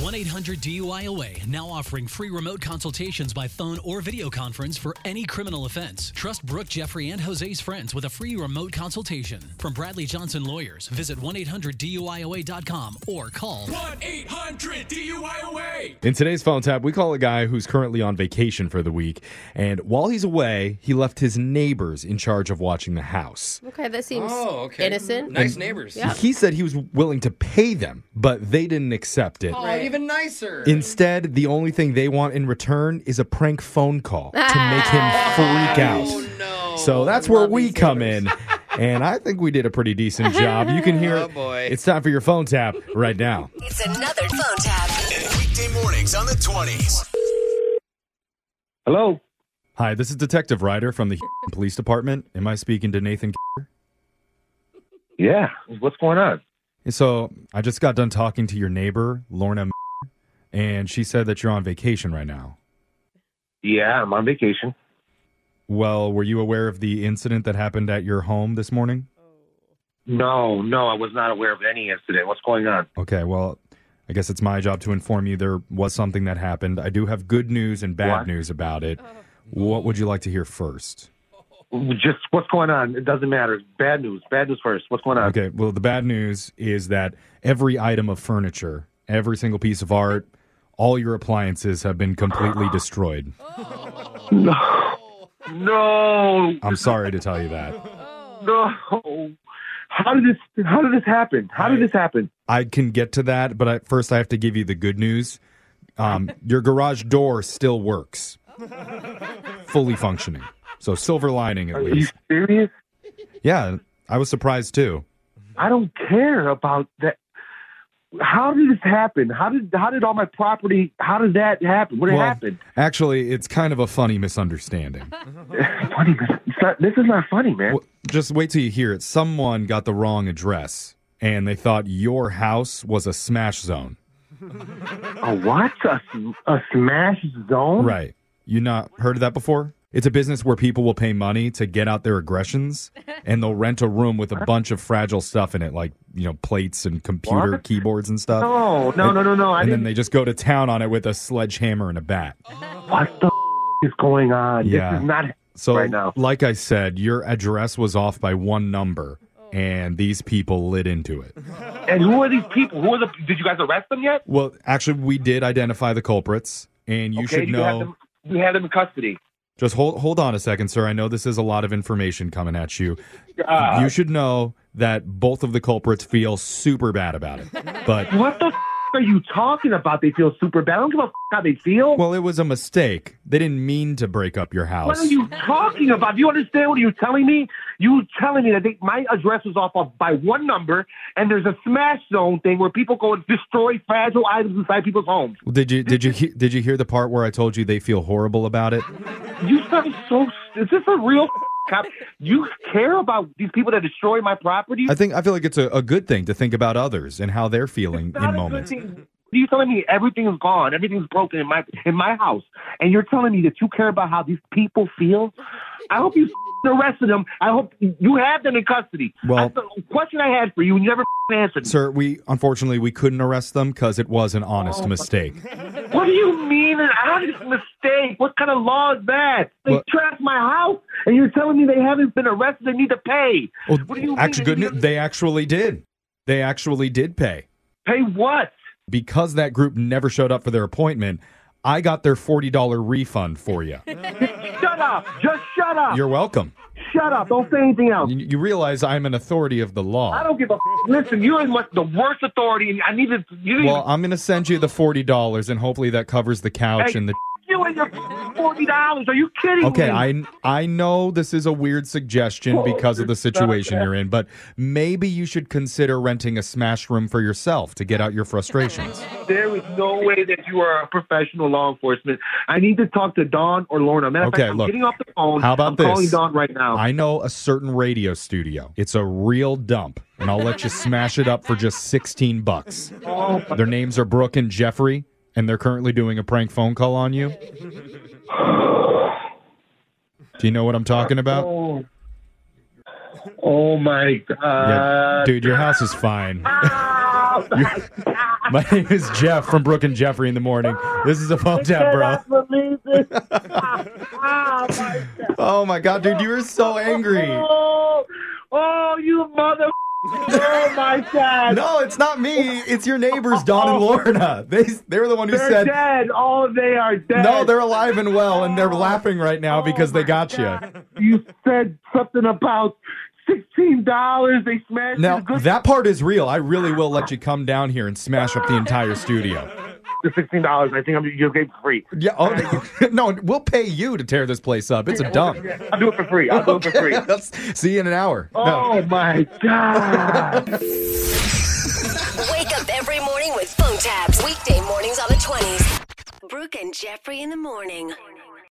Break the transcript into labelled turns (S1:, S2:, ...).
S1: 1 800 DUIOA now offering free remote consultations by phone or video conference for any criminal offense. Trust Brooke, Jeffrey, and Jose's friends with a free remote consultation. From Bradley Johnson Lawyers, visit 1 800 DUIOA.com or call
S2: 1 800 DUIOA.
S3: In today's phone tap, we call a guy who's currently on vacation for the week, and while he's away, he left his neighbors in charge of watching the house.
S4: Okay, that seems
S5: Oh, okay.
S4: innocent.
S5: Nice neighbors.
S4: Yeah.
S3: He said he was willing to pay them, but they didn't accept it.
S5: Oh, even nicer.
S3: Instead, the only thing they want in return is a prank phone call to make him freak
S5: oh
S3: out.
S5: no.
S3: So that's where we come in. And I think we did a pretty decent job. You can hear
S5: Oh,
S3: it.
S5: boy.
S3: It's time for your phone tap right now.
S6: It's another phone tap.
S7: Weekday mornings on the 20s.
S8: Hello.
S3: Hi, this is Detective Ryder from the Police Department. Am I speaking to Nathan?
S8: Yeah. What's going on?
S3: So I just got done talking to your neighbor, Lorna, and she said that you're on vacation right now.
S8: Yeah, I'm on vacation.
S3: Well, were you aware of the incident that happened at your home this morning?
S8: No, no, I was not aware of any incident. What's going on?
S3: Okay, well, I guess it's my job to inform you there was something that happened. I do have good news and bad
S8: What?
S3: news about it. What would you like to hear first?
S8: Just what's going on? It doesn't matter. Bad news. Bad news first. What's going on?
S3: Okay, well, the bad news is that every item of furniture, every single piece of art, all your appliances have been completely destroyed.
S8: No,
S3: I'm sorry to tell you that.
S8: no. How did this? How did this happen? How did this happen?
S3: I can get to that, but I, first I have to give you the good news. Um, your garage door still works, fully functioning. So silver lining at
S8: Are you
S3: least.
S8: serious?
S3: Yeah, I was surprised too.
S8: I don't care about that. How did this happen? How did how did all my property? How did that happen? What
S3: well,
S8: happened?
S3: actually, it's kind of a funny misunderstanding.
S8: funny. man. It's not- This is not funny, man.
S3: Well, just wait till you hear it. Someone got the wrong address, and they thought your house was a smash zone.
S8: A what? A, a smash zone?
S3: Right. You not heard of that before? It's a business where people will pay money to get out their aggressions and they'll rent a room with a bunch of fragile stuff in it, like, you know, plates and computer
S8: What?
S3: keyboards and stuff.
S8: No, no, no, no, no. I
S3: and then
S8: didn't.
S3: they just go to town on it with a sledgehammer and a bat.
S8: What the f- is going on?
S3: Yeah.
S8: This is not.
S3: So,
S8: Right now.
S3: like I said, your address was off by one number and these people lit into it.
S8: And who are these people? Who are the? Did you guys arrest them yet?
S3: Well, actually, we did identify the culprits and you
S8: okay,
S3: should
S8: you
S3: know.
S8: Have them, you have them in custody.
S3: Just hold hold on a second, sir. I know this is a lot of information coming at you.
S8: God.
S3: You should know that both of the culprits feel super bad about it. But
S8: What the f- are you talking about? They feel super bad. I don't give a f- how they feel.
S3: well, it was a mistake. They didn't mean to break up your house.
S8: what are you talking about? Do you understand what you're telling me? You telling me that they, my address was off of, by one number, and there's a smash zone thing where people go and destroy fragile items inside people's homes.
S3: did you did you he, did you hear the part where I told you they feel horrible about it?
S8: You sound so. Is this a real cop? You care about these people that destroy my property?
S3: I think I feel like it's a, a good thing to think about others and how they're feeling
S8: Not a
S3: in
S8: good
S3: moments.
S8: thing. You telling me everything's gone, everything's broken in my in my house, and you're telling me that you care about how these people feel? I hope you arrested them. I hope you have them in custody.
S3: Well-
S8: That's the question I had for you, and you never answered.
S3: Sir, we unfortunately we couldn't arrest them because it was an
S8: Oh,
S3: honest mistake.
S8: What do you mean an honest mistake? What kind of law is that? They
S3: Well-
S8: trashed my house, and you're telling me they haven't been arrested. They need to pay.
S3: Well,
S8: What do you mean?
S3: actually, good news. They actually did. They actually did pay.
S8: Pay what?
S3: because that group never showed up for their appointment, I got their $40 refund for you.
S8: Shut up! Just shut up!
S3: You're welcome.
S8: Shut up! Don't say anything else.
S3: You, you realize I'm an authority of the
S8: I
S3: law.
S8: don't give a. Listen, you're in much, the worst authority, and I need to. You need
S3: Well, I'm going to send you the $40 and hopefully that covers the couch
S8: Hey,
S3: and the
S8: you and your forty dollars. Are you kidding
S3: Okay,
S8: me?
S3: I I know this is a weird suggestion because of the situation you're in, but maybe you should consider renting a smash room for yourself to get out your frustrations.
S8: There is no way that you are a professional law enforcement. I need to talk to Don or Lorna. Matter of
S3: Okay,
S8: fact, I'm
S3: look.
S8: getting off the phone.
S3: How about
S8: I'm calling
S3: this?
S8: Don right now.
S3: I know a certain radio studio. It's a real dump, and I'll let you smash it up for just 16 bucks. Their names are Brooke and Jeffrey, and they're currently doing a prank phone call on you. Do you know what I'm talking about?
S8: oh. oh my
S3: Yeah.
S8: God! Uh,
S3: Dude, your house is fine.
S8: Ah,
S3: My name is Jeff from Brooke and Jeffrey in the morning. This is a phone tap, bro.
S8: bro. Believe this. oh, my God.
S3: Oh my god, dude, you were so angry.
S8: Oh, oh, you mother. oh, my God.
S3: No, it's not me. It's your neighbors, Don and Lorna. They they were the one who
S8: they're
S3: said
S8: dead. Oh, they are dead.
S3: no. They're alive and well, and they're laughing right
S8: Oh
S3: now because they got you.
S8: You said something about $16. They smashed
S3: Now
S8: your good-
S3: that part is real. I really will let you come down here and smash up the entire studio.
S8: the $16. I think I'm, you'll get free.
S3: Yeah. Oh no, we'll pay you to tear this place up. It's a dump.
S8: I'll do it for free. I'll do it for free.
S3: See you in an hour. No.
S8: Oh, my God.
S4: Wake up every morning with phone tabs. Weekday mornings on the 20s. Brooke and Jeffrey in the morning.